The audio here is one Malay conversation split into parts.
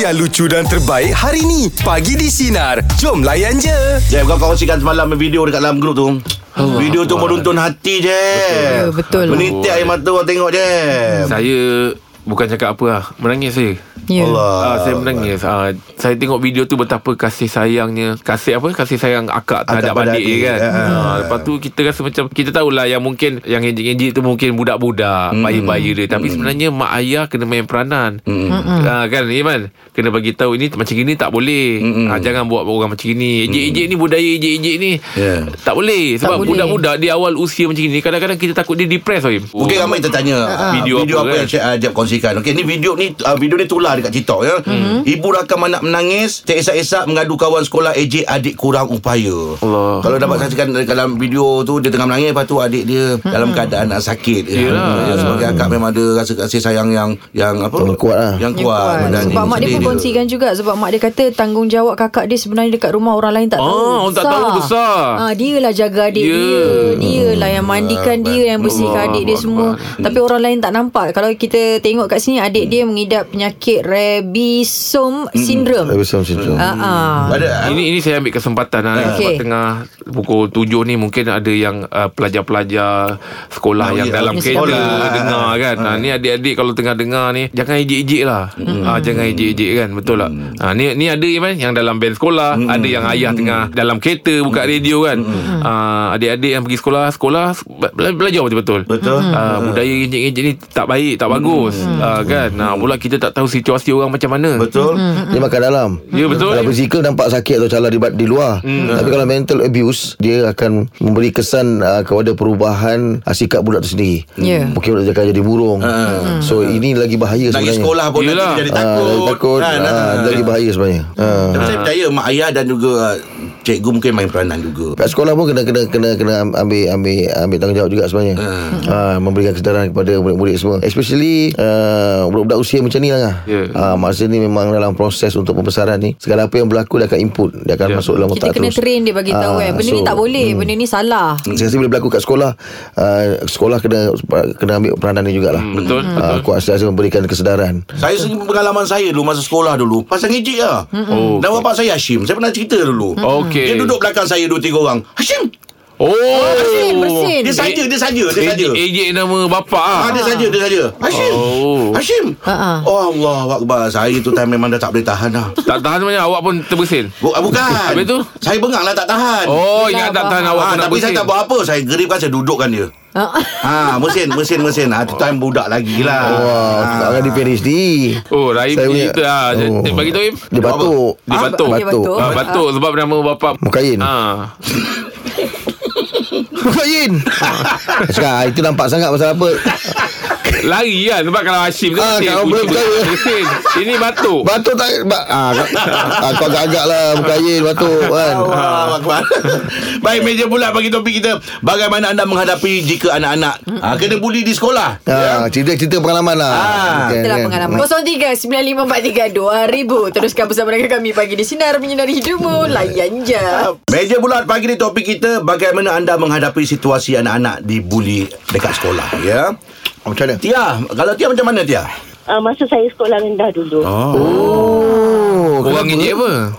yang lucu dan terbaik hari ni. Pagi di Sinar. Jom layan je. Jeb kau kau kongsikan semalam video dekat dalam grup tu Video tu meruntun hati je Ya, betul. Menitik air mata orang tengok je Saya bukan cakap apa lah Menangis saya Ya. Allah Ah, saya menangis ah, Saya tengok video tu Betapa kasih sayangnya Kasih apa? Kasih sayang akak terhadap pada adik, adik. dia kan Ah. ah, Lepas tu kita rasa macam Kita tahulah yang mungkin Yang enjik-enjik tu mungkin Budak-budak Hmm. Bayi-bayi dia Tapi sebenarnya Mak ayah kena main peranan Hmm. ah, Kan Iman Kena bagi tahu Ini macam gini tak boleh Hmm. ah, Jangan buat orang macam gini Ejik-ejik ni Budaya ejik-ejik ni Ya. Tak boleh Tak Sebab boleh. budak-budak Di awal usia macam gini Kadang-kadang kita takut dia depressed Mungkin Mungkin ramai tertanya ah, Video video apa apa, kan? yang Cik uh, Jeb kongsikan. Okey ni video ni uh, video ni tular dekat TikTok ya. Hmm. Ibu rakam anak menangis, teresak-esak mengadu kawan sekolah AJ adik kurang upaya. Allah. Kalau dapat saksikan dalam video tu dia tengah menangis lepas tu adik dia Hmm. dalam keadaan nak sakit. Ya. Yelah, Ya, Sebagai akak memang ada rasa kasih sayang yang yang apa? Yang kuat lah. Yang Ya, kuat. kuat. Dan Sebab mak dia sedih pun kongsikan juga Sebab mak dia kata Tanggungjawab kakak dia Sebenarnya dekat rumah Orang lain tak Ah, tahu orang tak tahu besar. ah, Dia lah jaga adik Ya. dia Dia lah yang mandikan dia Yang bersihkan adik dia Allah semua Akbar. Tapi orang lain tak nampak Kalau kita tengok kat sini Adik dia mengidap penyakit Rebisome Syndrome Habis sama situ Ah, ah. Ada Ini ini saya ambil kesempatan Ah. lah okay. sebab Okey. tengah pukul 7 ni mungkin ada yang uh, pelajar-pelajar sekolah Oh, yang ya. dalam Yang kereta sekolah. Ah. dengar kan. Ha, ni adik-adik kalau tengah dengar ni jangan ejek-ejek lah. Hmm. Ha, jangan ejek-ejek kan betul tak? Ha, ni ni ada Iman yang dalam band sekolah, Hmm. ada yang ayah tengah dalam kereta buka radio kan. Ha, adik-adik yang pergi sekolah sekolah be- bela- belajar betul-betul. Betul. Ah, Ha, budaya Hmm. ejek-ejek ni tak baik, tak bagus. Ha, kan. Ha, pula kita tak tahu situasi orang macam mana. Betul. Hmm. Dia makan dalam Ya, betul. Kalau fizikal nampak sakit atau calar di, di luar Tapi kalau mental abuse Dia akan memberi kesan uh, kepada perubahan uh, Sikap budak tu sendiri Ya. Mungkin budak dia akan jadi burung So ini lagi bahaya Nak pergi sebenarnya sekolah pun Yelah. nanti jadi Ah, takut. lagi takut Kan, ah, ah. Lagi bahaya sebenarnya Ah. Tapi saya percaya mak ayah dan juga ah, cikgu mungkin main peranan juga. Kat sekolah pun kena kena kena kena ambil ambil ambil tanggungjawab juga sebenarnya. Ah. Ha, memberikan kesedaran kepada murid-murid semua. Especially uh, budak-budak usia macam ni Ya. lah. Yeah. Ha, masa ni memang dalam proses untuk pembesaran ni segala apa yang berlaku dia akan input, dia akan Ya. masuk dalam Kita otak kena terus. train dia bagi tahu Ah, eh. Benda ni so, Oh. tak boleh Benda ni salah Saya rasa bila berlaku kat sekolah uh, Sekolah kena kena ambil peranan ni jugalah Hmm, betul, uh, Kuasa memberikan kesedaran Saya sendiri pengalaman saya dulu masa sekolah dulu pasal ngejek lah. Oh, Dan bapak saya Hashim, saya pernah cerita dulu. Dia Okey. duduk belakang saya dua tiga orang. Hashim, Oh, Eh, bersin, bersin. dia saja, dia saja, dia saja. Ejek, ejek nama bapa eh, ah. Ah, dia saja, dia saja. Hashim. Oh. Hashim. Ha, ha. Oh Allah Akbar. Saya tu time memang dah tak boleh tahan dah. Tak tahan macam awak pun terbersin. Bu- ah, Bukan. Habis tu? Saya bengang lah tak tahan. Oh, Yelah, ingat tak abang. tahan awak Ah, pun nak tapi saya bersin. tak buat apa. Saya geripkan, saya dudukkan dia. Ah, Ha, mesin, mesin, mesin. Ah, tu time budak lagi lah. Wah, tak akan di PhD Oh, Rahim Ah. punya Saya punya- cerita ah. Oh. Dia bagi tahu Im. Dia batuk Dia Ah, batuk. dia Oh. batuk. Ah, batuk sebab nama bapa. Mukain Ah. Mukain Saya Cakap ah, itu nampak sangat pasal apa Lari kan sebab kalau Hashim tu Ah, bersin, kalau bunyi belum tahu. bersin. Ini batuk. Batuk tak ba, ah, kau- ah, Kau agak-agak lah Mukain batuk kan Allah Akbar. Ha. Baik meja pula bagi topik kita bagaimana anda menghadapi jika anak-anak ah, kena buli di sekolah. ah, Cerita-cerita pengalaman lah Ah, Kan, Itulah kan. pengalaman 03 9543 2000 Teruskan bersama dengan kami Pagi di Sinar Menyinari Hidupmu Layan je Meja bulat pagi ni topik kita bagaimana anda menghadapi situasi anak-anak dibuli dekat sekolah ya. Macam mana? Tia, kalau Tia macam mana Tia? uh, masa saya sekolah rendah dulu. Oh. Oh, Orang ejek apa?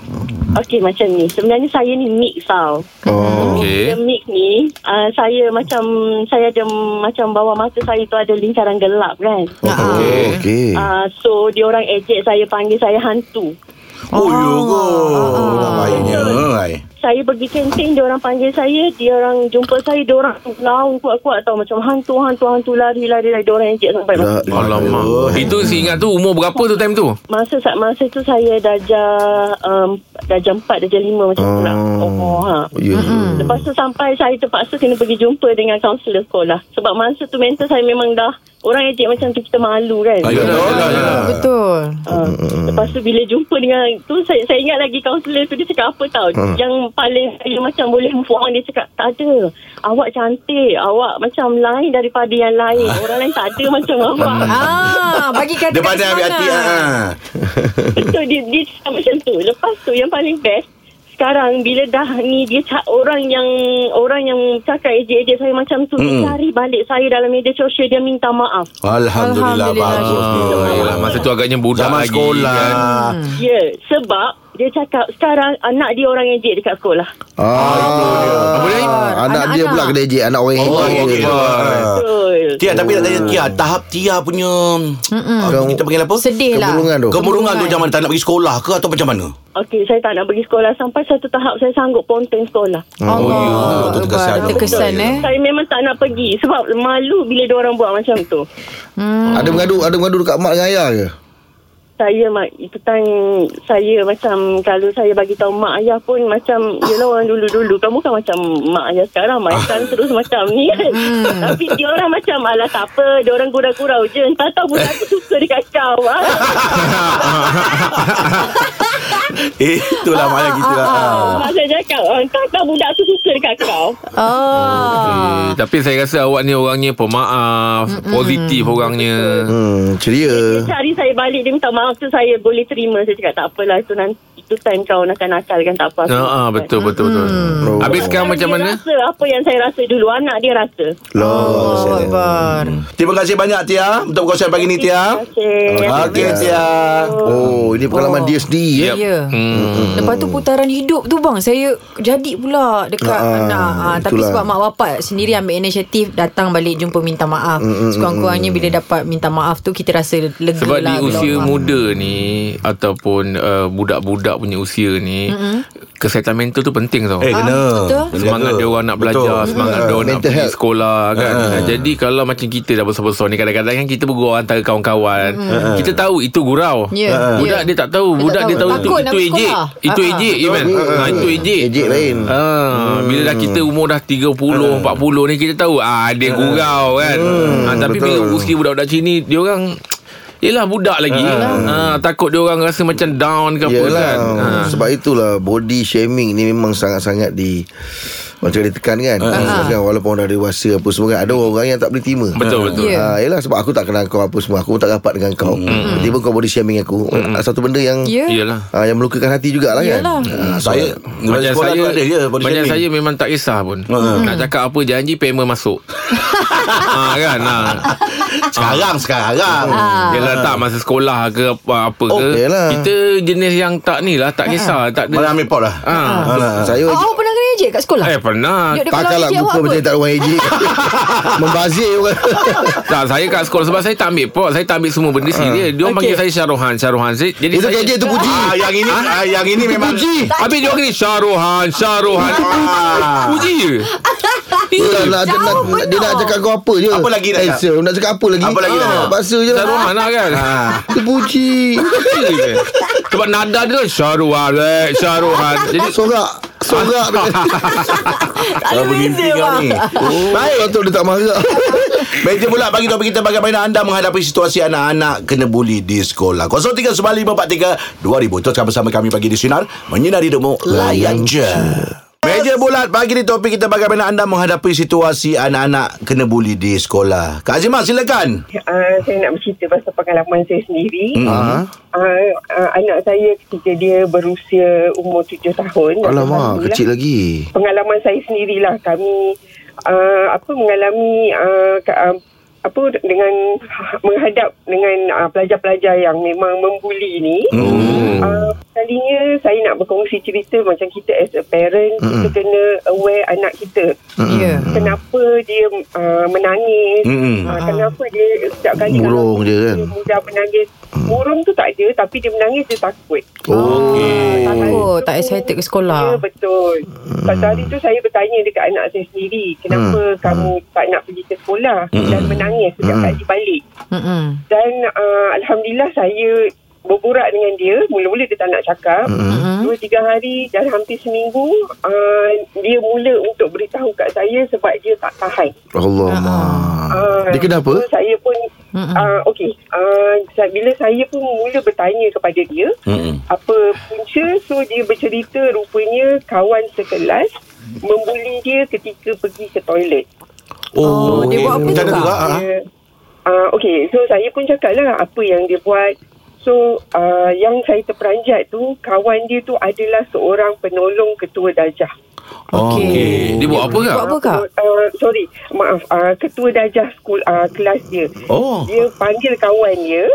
Okey macam ni. Sebenarnya saya ni mix tau. Okey. Dia mix ni, uh, saya macam saya ada macam bawah mata saya tu ada lingkaran gelap kan. Oh, okey. Uh, so dia orang ejek saya panggil saya hantu. Oh, yo go. Dah baiknya. hai. Saya pergi kantin dia orang panggil saya, dia orang jumpa saya, dia orang laung kuat-kuat tau macam hantu hantu hantu lari lari lari dia orang ejek sampai Ya, masa, Alamak. Itu si ingat tu umur berapa tu time tu? masa sa- masa tu saya darjah um, darjah 4 darjah 5 macam tu lah. Oh ha. Ya. Lepas tu sampai saya terpaksa kena pergi jumpa dengan kaunselor sekolah. Sebab masa tu mental saya memang dah orang ejek macam tu kita malu kan. Ayolah, ayolah, ayolah. Betul Uh, lepas tu bila jumpa dengan tu saya, saya ingat lagi kaunselor tu dia cakap apa tau. Yang paling saya macam boleh move on dia cakap tak ada. Awak cantik, awak macam lain daripada yang lain. Orang lain tak ada macam awak. Ah, bagi kata Dia pandai ambil hati ah. Betul dia, dia cakap macam tu. Lepas tu yang paling best sekarang bila dah ni dia ca- orang yang orang yang cakap ejek-ejek saya macam tu mm. cari balik saya dalam media sosial dia minta maaf. Alhamdulillah, Alhamdulillah. bagus ni. Ah, yelah, masa tu agaknya budak Zaman lagi sekolah. kan. Ya, yeah, sebab dia cakap sekarang anak dia orang ejek dekat sekolah. Ah, Apa lain? anak dia Anak-anak. pula kena ejek Hmm. Anak orang Oh, hebat okey. Ah. Oh. Betul. Tia tapi nak tanya Tia Tahap Tia punya uh, Kita panggil apa? Sedih lah. Kemurungan tu Kemurungan tu zaman tak nak pergi sekolah ke Atau macam mana? Okey, saya tak nak pergi sekolah sampai satu tahap saya sanggup ponteng sekolah. Allah. Oh, ya. Tu terkesan. Akbar. Terkesan eh. Saya memang tak nak pergi sebab malu bila dia orang buat macam tu. Ada mengadu Ada mengadu dekat mak dengan ayah ke? saya mak petang saya macam kalau saya bagi tahu mak ayah pun macam yalah orang dulu-dulu kamu kan macam mak ayah sekarang mak ayah sekarang terus macam ni kan Hmm. tapi dia orang macam alah tak apa dia orang gurau-gurau je entah tahu budak aku suka dekat kau ah. Eh, itulah Ah, maknanya kita lah. mak saya cakap "Ah, entah tahu budak aku suka dekat kau Oh. Eh, tapi saya rasa awak ni orangnya pemaaf, positif orangnya. Hmm Ceria cari saya balik dia minta maaf tu saya boleh terima saya cakap tak apalah itu nanti itu time kau nakal-nakal kan tak apa Ha ah, betul betul betul. Hmm. Habis sekarang macam dia mana? rasa apa yang saya rasa dulu anak dia rasa Lah, Loh Allah Akbar. Terima kasih banyak Tia untuk perkongsian pagi ni Tia. Terima kasih. Okey Tia. Oh ini pengalaman Oh. dia sendiri Ya. eh? Hmm. Lepas tu putaran hidup tu bang Saya jadi pula Dekat Ah, anak Ah, Tapi itulah. sebab mak bapak Sendiri ambil inisiatif Datang balik jumpa minta Mm, maaf Sekurang-kurangnya Bila dapat minta maaf tu Kita rasa lega Sebab di lah bila usia orang- muda ni Ataupun uh, budak-budak punya usia ni mm-hmm. Kesihatan mental tu penting tau Eh, kena. Ah, betul. Kena Semangat jaga. dia orang nak belajar Betul. Semangat dia orang nak Mental pergi health. sekolah kan Jadi kalau macam kita dah besar-besar ni Kadang-kadang kan kita bergurau antara kawan-kawan Kita tahu itu gurau Ya, ya. Budak dia tak tahu Dia Budak tak dia tahu. tahu itu Takut nak Itu pergi ejek sekolah. Itu Ah, ah. ejek je man Ah, Itu ejek Ha, Ejek lain Ah, bila dah kita Hmm. umur dah 30, Ha. 40 ni kita tahu ah ada gurau kan. ah, tapi betul. bila usia budak-budak sini dia orang Yelah budak lagi Ha. ah, Takut dia orang rasa macam down ke apa Yelah kan ah. Sebab itulah Body shaming ni Memang sangat-sangat di Macam ditekan kan Ha. uh-huh. Walaupun dah dewasa Apa semua kan Ada orang yang tak boleh terima Betul, betul. Ya. yeah. ha, Yelah sebab aku tak kenal kau Apa semua Aku pun tak rapat dengan Hmm. kau Tiba kau body shaming aku Satu benda yang Ya. Yelah ha, Yang melukakan hati jugalah kan Yalah. Ah, so- Saya macam sekolah saya tu ada je body Macam shaming. Ha. saya memang tak kisah pun Nak cakap apa janji Payment masuk ha, kan ha. sekarang Ah. sekarang. Yelah Ha. tak Masa sekolah ke Apa-apa ke Oh, yelah. lah. Kita jenis yang tak ni lah Tak kisah Tak Mana ada ambil pot lah. Ah. Alah. Saya Oh, awak pernah kena ejek kat Ha. sekolah? Eh pernah Duduk dekat Takalak lawan ejek muka awak macam apa? tak ada orang ejek Membazir orang Tak, saya kat sekolah sebab saya tak ambil pot. Saya tak ambil semua benda serius. Dia orang panggil saya Syarohan, Syarohan. Saya, jadi Itu saya, ejek tu puji Ah, yang ini ah, yang ini memang Habis dia orang ni Syarohan, Syarohan. Ah, Puji je. Yelah, nak, lah, dia, nak, dia nak cakap kau apa je Apa lagi nak Eh, cakap? sir, nak cakap apa lagi Apa lagi nak Ah, cakap? Bahasa je lah Syarohan lah kan. Dia puji Puji je. Sebab nada dia tu Syarohan, eh, Syarohan. Jadi Sorak Sorak dia Tak ada beza bang Oh, Patut dia tak marah Meja pula bagi topik kita bagaimana anda menghadapi situasi anak-anak kena buli di sekolah. 0395432000. Teruskan bersama kami pagi di Sinar. Menyinari hidupmu. Layan je. Meja bulat pagi di topik kita bagaimana anda menghadapi situasi anak-anak kena buli di sekolah. Kak Azimah silakan. uh, saya nak bercerita pasal pengalaman saya sendiri. Ah, Uh, uh, anak saya ketika dia berusia umur tujuh tahun. Alamak Alhamdulillah. Kecil lagi Pengalaman saya sendirilah kami uh, apa mengalami uh, ke, uh, apa dengan menghadap dengan uh, pelajar-pelajar yang memang membuli ni. Hmm. Uh, sekalinya saya nak berkongsi cerita macam kita as a parent kita kena aware anak kita Ya Hmm. kenapa dia uh, menangis Mm-mm. uh, kenapa dia setiap kali Murung kalau je kan? dia mudah menangis murung tu tak ada tapi dia menangis dia takut Okey Oh, tak excited ke ya sekolah betul Satu hari tu saya bertanya dekat anak saya sendiri kenapa kamu tak nak pergi ke sekolah dan menangis setiap kali balik Mm-mm. dan uh, Alhamdulillah saya berborak dengan dia mula-mula dia tak nak cakap dua tiga hari dan hampir seminggu uh, dia mula untuk beritahu kat saya sebab dia tak tahan Allah Ah, Dia kenapa? so Saya pun uh, Okey uh, sa- Bila saya pun mula bertanya kepada dia Mm-mm. Apa punca So dia bercerita rupanya Kawan sekelas Membuli dia ketika pergi ke toilet Oh, dia buat apa Macam tu, mana Kak? tu, Kak? Ah. uh, Okey so saya pun cakap lah Apa yang dia buat So uh, yang saya terperanjat tu kawan dia tu adalah seorang penolong ketua dajah. Okey. Dia buat apa kak? Buat apa kak? Uh, sorry, maaf. Uh, ketua dajah skul uh, kelas dia. Oh. Dia panggil kawan dia.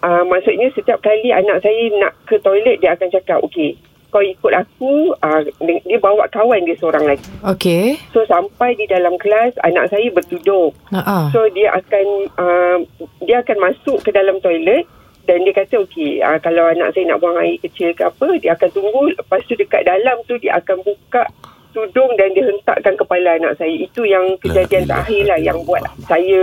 Uh, maksudnya setiap kali anak saya nak ke toilet dia akan cakap, "Okey, kau ikut aku." Uh, dia bawa kawan dia seorang lagi. Okey. So sampai di dalam kelas anak saya bertuduh. Ha So dia akan uh, dia akan masuk ke dalam toilet dan dia kata okey uh, kalau anak saya nak buang air kecil ke apa dia akan tunggu lepas tu dekat dalam tu dia akan buka tudung dan dia hentakkan kepala anak saya. Itu yang kejadian La ilaha terakhir lah yang buat saya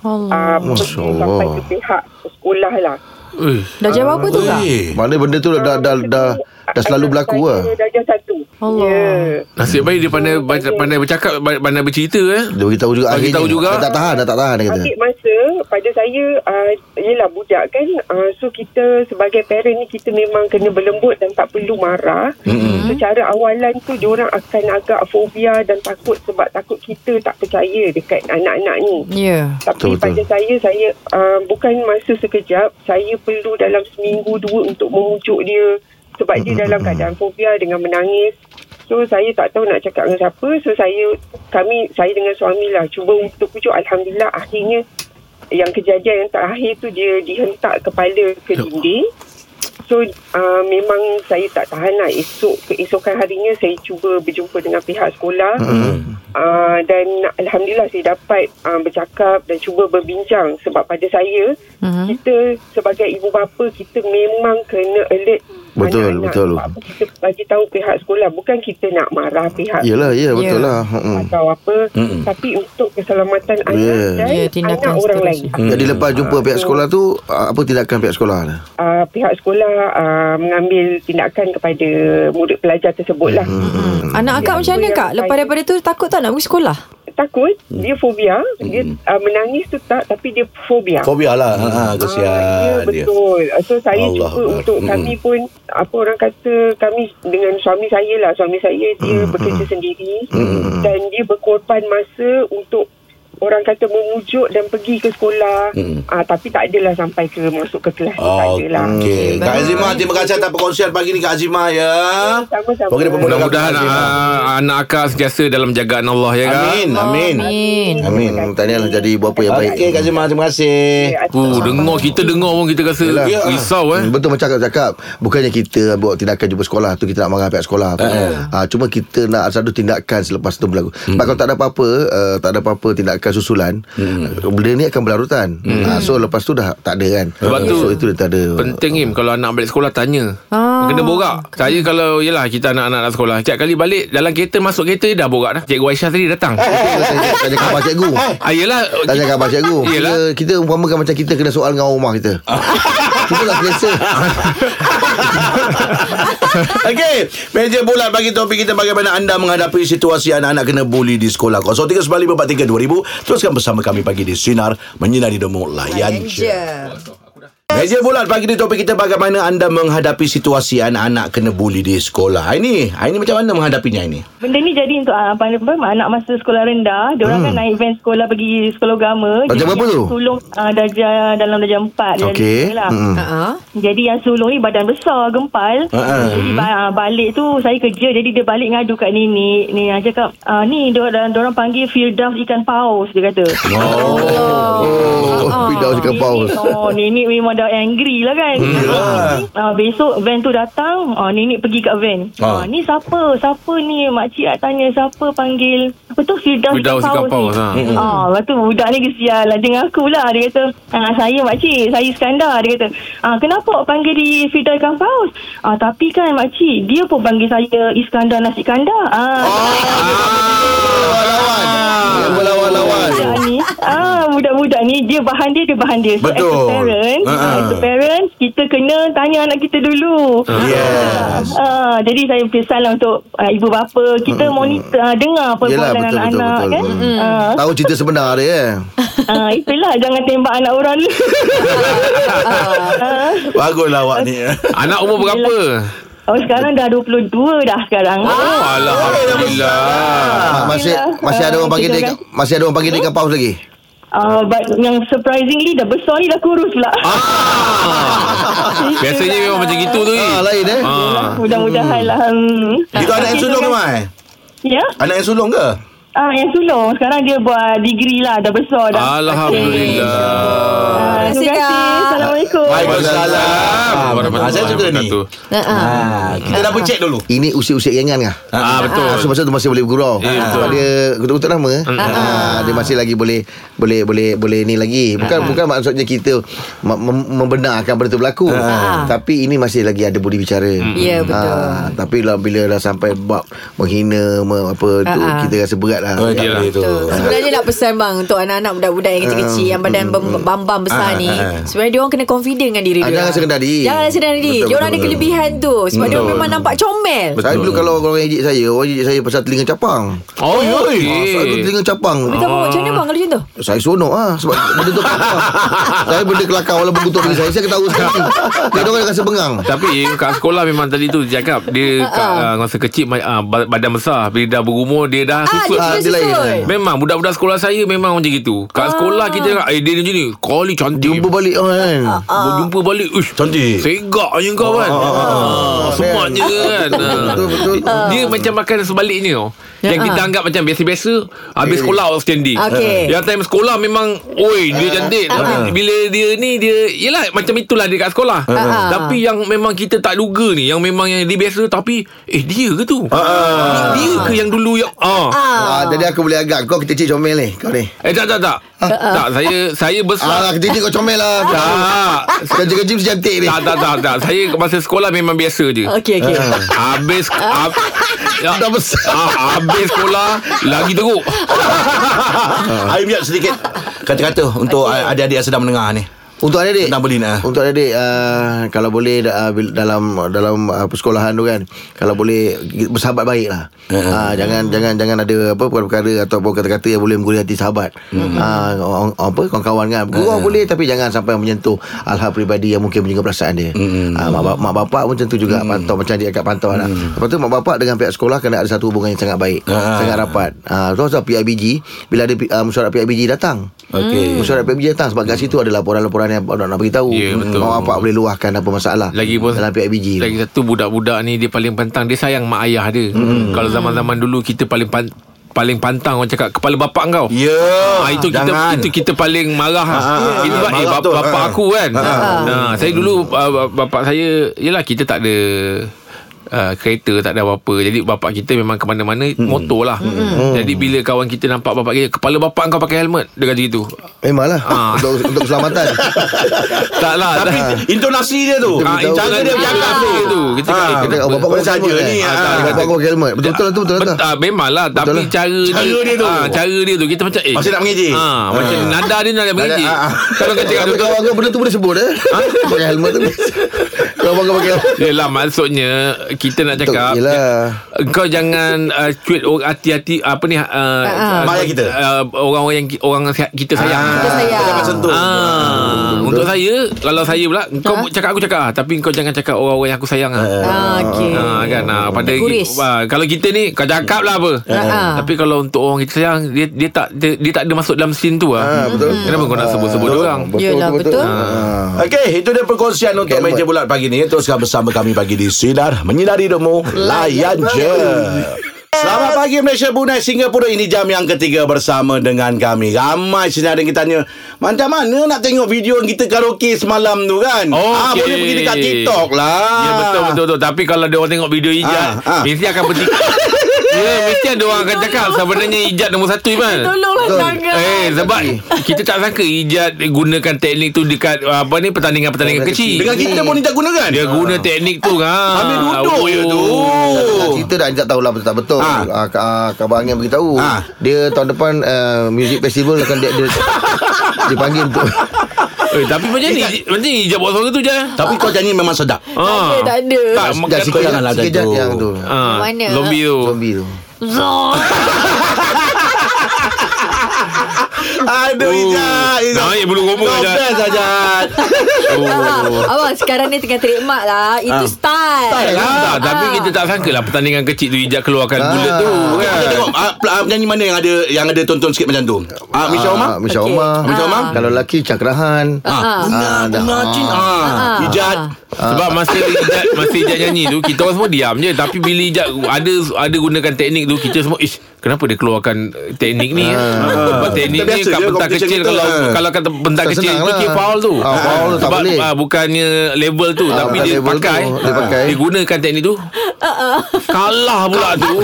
Allah. uh, pergi Masya Allah. sampai ke pihak sekolah lah. Eh, Dah jawab apa tu kak? Eh, Mana benda tu dah dah dah, dah, dah selalu berlaku lah. Dah dah satu. Allah. Ya. nasib baik dia pandai baca- pandai bercakap, pandai bercerita eh. Dia beritahu juga Bagi tahu juga. Dah tak tahan, Ya, dah tak tahan dia kata. Ambil masa pada saya uh, Yelah budak kan uh, So kita sebagai parent ni Kita memang kena berlembut Dan tak perlu marah mm-hmm. Secara awalan tu Diorang akan agak fobia Dan takut Sebab takut kita tak percaya Dekat anak-anak ni Ya. tapi Betul, betul. betul, pada saya saya uh, bukan masa sekejap saya perlu dalam seminggu dua untuk memujuk dia sebab dia dalam keadaan fobia dengan menangis so saya tak tahu nak cakap dengan siapa so saya kami saya dengan suami lah cuba untuk pujuk alhamdulillah akhirnya yang kejadian yang terakhir tu dia dihentak kepala ke dinding So uh, memang saya tak tahan lah Esok keesokan harinya saya cuba berjumpa dengan pihak sekolah mm. Hmm. uh, Dan Alhamdulillah saya dapat uh, bercakap dan cuba berbincang Sebab pada saya Mhm. mm. kita sebagai ibu bapa kita memang kena alert Betul, anak-anak. betul. Sebab apa kita bagi tahu pihak sekolah Bukan kita nak marah pihak Yelah, ya betul Ya. lah. Hmm. atau apa mm. Tapi untuk keselamatan anak Yeah. dan Ya, tindakan anak orang lain seterusnya. Jadi lepas jumpa pihak sekolah tu ah, Apa tindakan pihak sekolah tu? uh, pihak sekolah uh, mengambil tindakan kepada murid pelajar tersebut lah. Hmm. Hmm. Anak akak macam mana kak? Lepas daripada tu takut tak nak pergi sekolah? Takut, Mm. dia fobia, dia uh, menangis tu tak tapi dia fobia. fobia lah. Ha, ha, Ah, kesian ya dia. betul. So saya Allah cuba Allah. untuk kami pun apa orang kata kami dengan suami saya lah. Suami saya dia bekerja sendiri dan dia berkorban masa untuk orang kata memujuk dan pergi ke sekolah. Ah tapi tak adalah sampai ke masuk ke kelas tak Oh, adalah. Okey. Kak Azimah, terima kasih atas perkongsian pagi ni Kak Azimah ya. Sama-sama. Bagi dia pemuda Kak Mudah-mudahan Azimah. ah, anak akak sentiasa dalam jagaan Allah ya kak. Amin, amin. Amin. Amin. Tahniah lah jadi ibu apa yang baik. Okey Kak Azimah, terima kasih. Hmm. Oh, dengar kita dengar pun kita rasa Yelah. Yelah. risau eh. Hmm, Betul macam kakak cakap Bukannya kita buat tindakan jumpa sekolah tu Kita nak marah pihak sekolah Eh, tu ha, Cuma kita nak satu tindakan selepas tu berlaku Hmm. Sebab kalau tak ada apa-apa uh, Tak ada apa-apa tindakan susulan hmm. Benda ni akan berlarutan hmm. ha, So lepas tu dah tak ada kan Sebab tu So itu dia tak ada Penting Im Kalau anak balik sekolah Tanya Ah. Kena borak Saya kalau Yelah kita anak-anak nak sekolah Setiap kali balik Dalam kereta Masuk kereta dia dah borak dah Cikgu Aisyah tadi datang Eh, Tanya- Tanya khabar cikgu ah, Yelah Tanya khabar cikgu Kita, Yelah. kita umpamakan macam kita Kena soal dengan orang rumah kita Kita tak selesa Okey, meja bulat bagi topik kita bagaimana anda menghadapi situasi anak-anak kena bully di sekolah. 0395432000 teruskan bersama kami pagi di sinar menyinari demo layan je. Meja bulat pagi ni topik kita bagaimana anda menghadapi situasi anak-anak kena bully di sekolah. Hari ni, hari ni macam mana menghadapinya ini? Benda ni jadi untuk ah, apa, apa anak masa sekolah rendah, dia orang hmm. kan naik van sekolah pergi sekolah agama. Darjah Jadi berapa yang tu? Sulung uh, darjah dalam darjah 4. Okey lah. hmm. Ha. Jadi yang sulung ni badan besar, gempal. Uh-huh. Jadi ba- balik tu saya kerja jadi dia balik ngadu kat nenek. Ni yang cakap, ah, ni dia orang panggil Firdaus ikan paus dia kata. Ah, Oh, Pidaus ikan paus Oh, nenek memang dah angry lah kan. Ah, besok van tu datang, ah, nenek pergi kat van. Ah. ni siapa? Siapa ni? Makcik nak tanya siapa panggil. Apa tu? Firdaus Firdaus Ikan Paus Ikan Paus, ni. Ah, lepas tu budak ni kesian lah dengan akulah. Dia kata, ah, saya makcik, saya Iskandar. Dia kata, ah, kenapa awak panggil di Firdaus Ikan Paus? Ah, tapi kan makcik, dia pun panggil saya Iskandar Nasi Kandar. Ah, Ah. Yang Berlawan-lawan. budak ni ah budak-budak ni dia bahan dia dia bahan dia so as Betul. a parent Ha-ha. uh-huh. as a parent kita kena tanya anak kita dulu Yes. Ah, jadi saya pesanlah untuk uh, ibu bapa kita monitor uh, dengar perbualan betul, betul, anak-anak betul, Hmm. kan. betul. Ah, Tahu cerita sebenar dia eh ah, itulah jangan tembak anak orang dulu. Ah. Baguslah awak ni. Anak umur berapa oh sekarang dah 22 dah sekarang. Oh Alhamdulillah Ah, masih Alhamdulillah. masih ada Ah, orang panggil kita dia kan- masih ada orang panggil dia ikan paus lagi. Uh, but yang surprisingly dah besar ni dah kurus pula. Ah. Biasanya memang macam gitu tu. Ri. Ah, lain eh. Ah. Mudah-mudahan lah. Hmm. Itu anak yang Okay, sulung ke, terima- Mai? Ya. Anak yang sulung ke? Ah, yang sulung. Sekarang dia buat degree lah. Dah besar dah. Alhamdulillah. Terima kasih, Ah, terima kasih. Kak. Assalamualaikum. Waalaikumsalam. Ah, saya suka ni. wabarakatuh. Ha, ha. Ah, kita double check dulu. Ini usik-usik nyanyian kah? Ah betul. Ah, so pasal tu masih boleh bergurau. Ya, Ah, betul. sebab dia kutuk-kutuk nama. Ah, dia masih lagi boleh boleh boleh boleh ni lagi. Bukan bukan maksudnya kita mem- mem- membenarkan benda tu berlaku. Tapi ini masih lagi ada budi bicara. Ya, betul. Ah, tapi lah bila dah sampai bab menghina me- apa tu Ah, ah. kita rasa berat lah. Oh, tak Yelah. boleh tu. Betul. Sebenarnya nak pesan bang Untuk anak-anak budak-budak yang Ah. kecil-kecil Yang badan Hmm. bem- bambam besar ni Sebenarnya diorang kena confident dengan diri Ah, diorang jangan rasa kendali. Jangan rasa kendali Betul, Diorang ada betul, betul. kelebihan tu Sebab diorang memang nampak comel Saya dulu kalau orang ejek saya, orang ejek saya pasal telinga capang. Oh, okey. Ah, sebab tu telinga capang. Betul oh. macam mana bang kalau macam tu? Saya seronok ah sebab benda tu kelakar. saya benda kelakar walaupun kutuk diri saya saya ketawa sekali. Dia orang rasa bengang. Tapi kat sekolah memang tadi tu dia cakap dia kat, uh, masa kecil uh, badan besar bila dah berumur dia dah Ah, dia susut. Ah, kena dia lain. susul Memang budak-budak sekolah saya memang macam gitu. Kat sekolah kita eh dia ni macam ni. Kau ni cantik. Jumpa balik oh, kan. Kau jumpa balik Ush Cantik. Segak je kau kan ah, Semaknya kan Ah. Betul, betul. Dia macam makan sebaliknya tau Ya, Yang kita ah. anggap macam biasa-biasa Habis sekolah outstanding Okey. Yang time sekolah memang Oi dia cantik Tapi bila dia ni Dia Yelah macam itulah dia kat sekolah Ah. Tapi yang memang kita tak duga ni Yang memang yang dia biasa Tapi Eh dia ke tu Eh, Dia ke yang dulu yang ah. Ah, jadi aku boleh agak kau kecil comel ni kau ni. Eh tak tak tak Tak saya Saya besar Ah, kecil kau comel lah. Tak Kecil-kecil mesti cantik ni. tak, tak, tak, tak. Saya masa sekolah memang biasa je. Okey okey Habis ab, ya, Ah. Dah besar. Ah, habis sekolah lagi teruk. Saya biar Ah, sedikit kata-kata untuk adik-adik yang sedang mendengar ni. Untuk adik-adik Tentang beli nak. Untuk adik uh, Kalau boleh uh, bil- Dalam Dalam uh, persekolahan tu kan Kalau boleh Bersahabat baik lah Eh. uh, Jangan Jangan jangan ada apa Perkara-perkara Atau apa kata-kata Yang boleh menggurui hati sahabat Hmm. uh, orang, Apa Kawan-kawan kan Eh. Gurau boleh Tapi jangan sampai menyentuh Hal-hal peribadi Yang mungkin menyinggung perasaan dia Hmm. uh, mak, bap- mak bapak pun tentu juga Pantau macam dia kat pantau anak Hmm. Lepas tu mak bapak dengan pihak sekolah Kena ada satu hubungan yang sangat baik Ah. Sangat rapat uh, Tu pasal PIBG Bila ada uh, mesyuarat PIBG datang Okey. Mesyuarat PIBG datang Sebab kat situ ada laporan-laporan yang nak, nak beritahu Hmm. Ya, betul. Mak bapak boleh luahkan apa masalah Lagi pun Dalam PIBG Lagi satu budak-budak ni dia paling pantang. Dia sayang mak ayah dia. Hmm. Kalau zaman-zaman dulu kita paling pan, paling pantang orang cakap kepala bapak kau. Ya. Ah, itu kita Jangan. itu kita paling marah. Ah, ah, itu ah, sebab eh marah bapa, betul. bapa Ah. aku kan. Ah, saya dulu ah, bapa saya yalah kita tak ada Uh, kereta tak ada apa-apa Jadi bapak kita memang ke mana-mana Motor lah Hmm. Jadi bila kawan kita nampak bapak kita Kepala bapak kau pakai helmet Dia kata gitu Memanglah Ah. untuk, untuk keselamatan Tak lah Tapi tak. intonasi dia tu. Ah, tahu. cara dia bercakap tu. tu. Kita Ah, cakap, eh, Kata, kenapa? "Oh, Apa bapak kau pakai saja helmet, ni, eh?" ah, Ah, tak, Bapak kau pakai helmet Betul-betul lah tu Betul lah Bet- tu ah, memang lah Tapi lah. cara Cara dia tu. ah, Cara dia tu Kita macam eh, Masih nak mengejek. ah, Macam nada dia nada mengejek ah, ah. Kalau kau cakap Tapi betul Ha? kawan kau benda tu boleh sebut eh Pakai helmet tu Kalau abang kau pakai helmet Yelah maksudnya Kita nak Betul, cakap yelah. Kau jangan uh, Cuit orang- hati-hati Apa ni uh, uh, Mak ayah kita. uh, Orang-orang yang ki- Orang yang kita sayang Ah. Kita sayang Jangan sentuh. Ah, untuk saya kalau saya pula kau cakap aku cakap ah, tapi kau jangan cakap orang-orang yang aku sayang ah. Ah, Okey Ha, kan ha, pada Guris. ha, kalau kita ni kau cakap lah apa. Ha. Tapi kalau untuk orang kita sayang dia dia tak dia, dia tak ada masuk dalam scene tu ah. betul. Kenapa kau nak sebut-sebut dia orang? Yelah, betul. Ah. Okey, itu dia perkongsian untuk Helmet. meja bulat pagi ni. Teruskan bersama kami pagi di Sinar Menyinari Demo Layan Je. Selamat pagi Malaysia, Brunei, Singapura. Ini jam yang ketiga bersama dengan kami. Ramai sinar yang kita tanya, macam mana nak tengok video kita karaoke semalam tu kan? Ah, Okey. boleh pergi dekat TikTok lah. Ya betul betul betul. Tapi kalau dia orang tengok video Ijat, Ha, ha. mesti akan berdik. ya, mesti ada orang akan cakap sebenarnya Ijat nombor satu Iman. Tolonglah sangat Eh sebab kita tak sangka Ijat gunakan teknik tu dekat uh, apa ni pertandingan-pertandingan Oh, kecil. Dengan kita pun ni tak guna kan? Hmm. dia guna teknik tu ha. Ambil duduk je tu. Oh. Cerita dah tak tahulah betul tak betul. Ah. Ah. Kak ah, Kak Abang Angin beritahu. Ah. Dia tahun depan uh, music festival akan dia, dia dipanggil untuk Eh, tapi macam ni Macam ni Ijat buat suara tu je Tapi kau nyanyi memang sedap. Ah. Tak ada Tak, tak makan Sekejap, sikit tu. yang- janganlah sikit macam yang- tu. yang tu. Ah, Mana? Zombie tu Zombie tu. ada Aduh Ijat Ijat Naik ya, bulu roma, Kau Ijat. best Ijat Oh. Ah, Awak sekarang ni tengah trademark lah Itu Ah. style Style lah. Tak, tapi kita tak sangka lah pertandingan kecil tu Ijat keluarkan Ah. bullet tu Kita kan. tengok ah, pel- ah, Penyanyi mana yang ada Yang ada tonton sikit macam tu Ah, Misha Omar Misha Okey. Ah. Omar Misha Omar Kalau lelaki Cakrahan Ah, bunga, bunga cin. Ah, hijat. Sebab masa Ijat masa Ijat nyanyi tu kita orang semua diam je tapi bila Ijat ada ada gunakan teknik tu kita semua ish kenapa dia keluarkan eh, teknik Ah, ni? Sebab teknik ni Terbiasa kat je, bentar competition kecil kita. kalau Ah. kalau kat bentar Tak kecil senang fikir lah. foul tu. Ah, foul tu tak Sebab boleh. Ah, ah, bukannya level tu tapi bukan dia level tu. pakai Ah, Dia pakai. dia gunakan teknik tu. Kalah pula tu.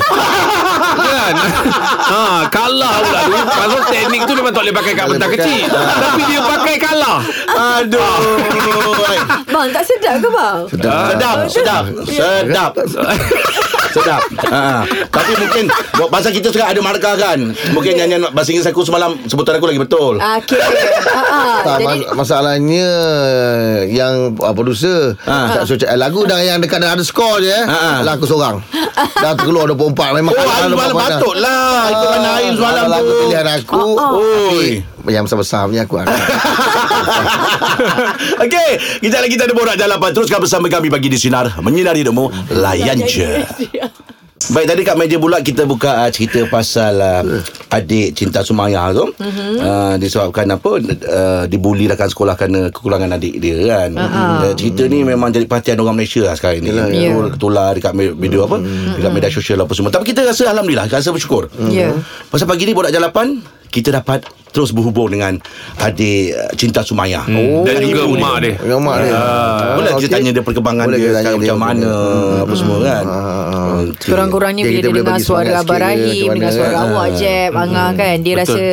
kan? Ha, kalah pula tu. Pasal teknik tu memang tak boleh pakai kat Tak boleh bentar pakai. Ah. kecil. Tapi dia pakai kalah. Aduh. Ah. Bang tak sedap ke bang? Ah, Sedap, sedap, sedap. Sedap ha. Tapi mungkin buat- Pasal kita sekarang ada markah kan Mungkin nyanyian Bahasa Inggeris aku semalam Sebutan aku lagi betul Ah, Okay Ah, ah. Tak, Jadi mas- masalahnya yang uh, producer Ha. tak suruh cakap, lagu dah yang dekat dah ada skor je eh. Ha. Lah aku seorang. dah keluar 24 memang Oh kalah Aim semalam 24. patut lah Itu kan Aim semalam Kalau tu lagu pilihan Ah, aku Oh, Oi. tapi Yang besar-besar punya aku akan Okey Kita lagi kita ada borak jalan apa Teruskan bersama kami Bagi di Sinar Menyinari demo Layan je Baik tadi kat meja bulat kita buka uh, cerita pasal uh, adik cinta Sumaya tu mm-hmm. uh, disebabkan apa uh, dibuli rakan sekolah kerana kekurangan adik dia kan. Uh-huh. Uh, cerita ni memang jadi perhatian orang Malaysia lah sekarang ni. Yalah, Ya. Ketular dekat me- video apa dekat media sosial apa semua. Tapi kita rasa alhamdulillah rasa bersyukur. Ya. Pasal pagi ni borak jalapan kita dapat terus berhubung dengan adik uh, cinta Sumaya. Dan Oh, juga mak dia. Dengan mak dia Ah, Ah, Boleh kita tanya dia perkembangan Boleh dia, kita tanya sekarang dia macam mana apa semua kan. Okey. Kurang-kurangnya Jadi bila kita dia boleh dengar bagi suara semangat Abang sikit dia, Rahim macam Dengar mana. suara Ah. awak Jeb Angah kan Dia Hmm. Betul. rasa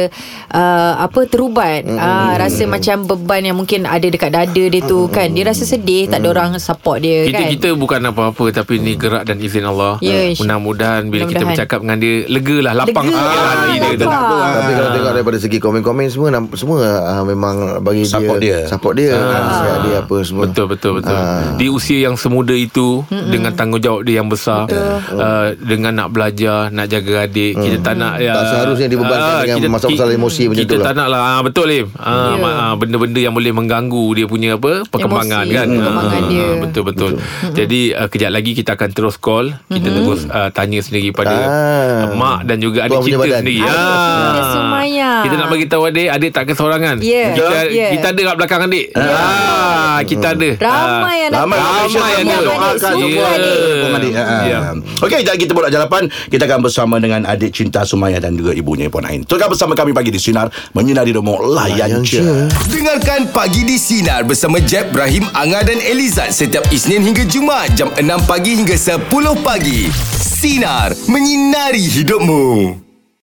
uh, Apa terubat Hmm, Ah, Rasa macam beban yang mungkin Ada dekat dada dia tu kan Dia rasa sedih Tak ada Hmm. orang support dia Kita kan kita bukan apa-apa tapi ni gerak dan izin Allah. Ya, insya- Mudah-mudahan bila kita mudah-mudahan. bercakap dengan dia legalah lapang Lega, Ah, sikit lah hati dia tu. lapang. Tapi kalau Ah. tengok daripada segi komen-komen semua namp- semua ah, memang bagi Support dia. Ah. dia support dia, nasihat dia apa semua. Betul betul betul. Ah. Di usia yang semuda itu Mm-mm. dengan tanggungjawab dia yang besar Ah. uh, dengan nak belajar, nak jaga adik, kita tak nak Mm. ya Hmm. Tak seharusnya dibebankan dengan masalah-masalah ki- emosi macam kita tu lah. tak nak lah. Ah, betul Lim. Ah, Ya. ma- ah, benda-benda yang boleh mengganggu dia punya apa? perkembangan Emosi, kan. perkembangan Ah, dia. betul betul. Jadi uh, kejap lagi kita akan terus call, kita terus uh, tanya sendiri pada Ah. uh, mak dan juga adik Tuan punya kita badan. sendiri. Ah. Adik kita Sumaya. Kita nak bagi tahu adik, adik tak kesorangan. Ya, Kita ya. kita ada kat belakang adik. Ah, kita ada. Ah. Ramai yang datang Ramai Ramai yang Yang ada. adik, Doakan semua juga. adik. Abang Adik. Ha. Ya. Okey, jadi kita bola jalapan. Kita akan bersama dengan adik cinta Sumaya dan juga ibunya Ipon Ain. Teruskan bersama kami pagi di Sinar. Menyinari Demo Layan Je. Dengarkan Pagi di Sinar bersama Jeb, Ibrahim, Anga dan Elizad setiap Isnin hingga Jumaat jam 6 pagi hingga 10 pagi. Sinar, menyinari hidupmu.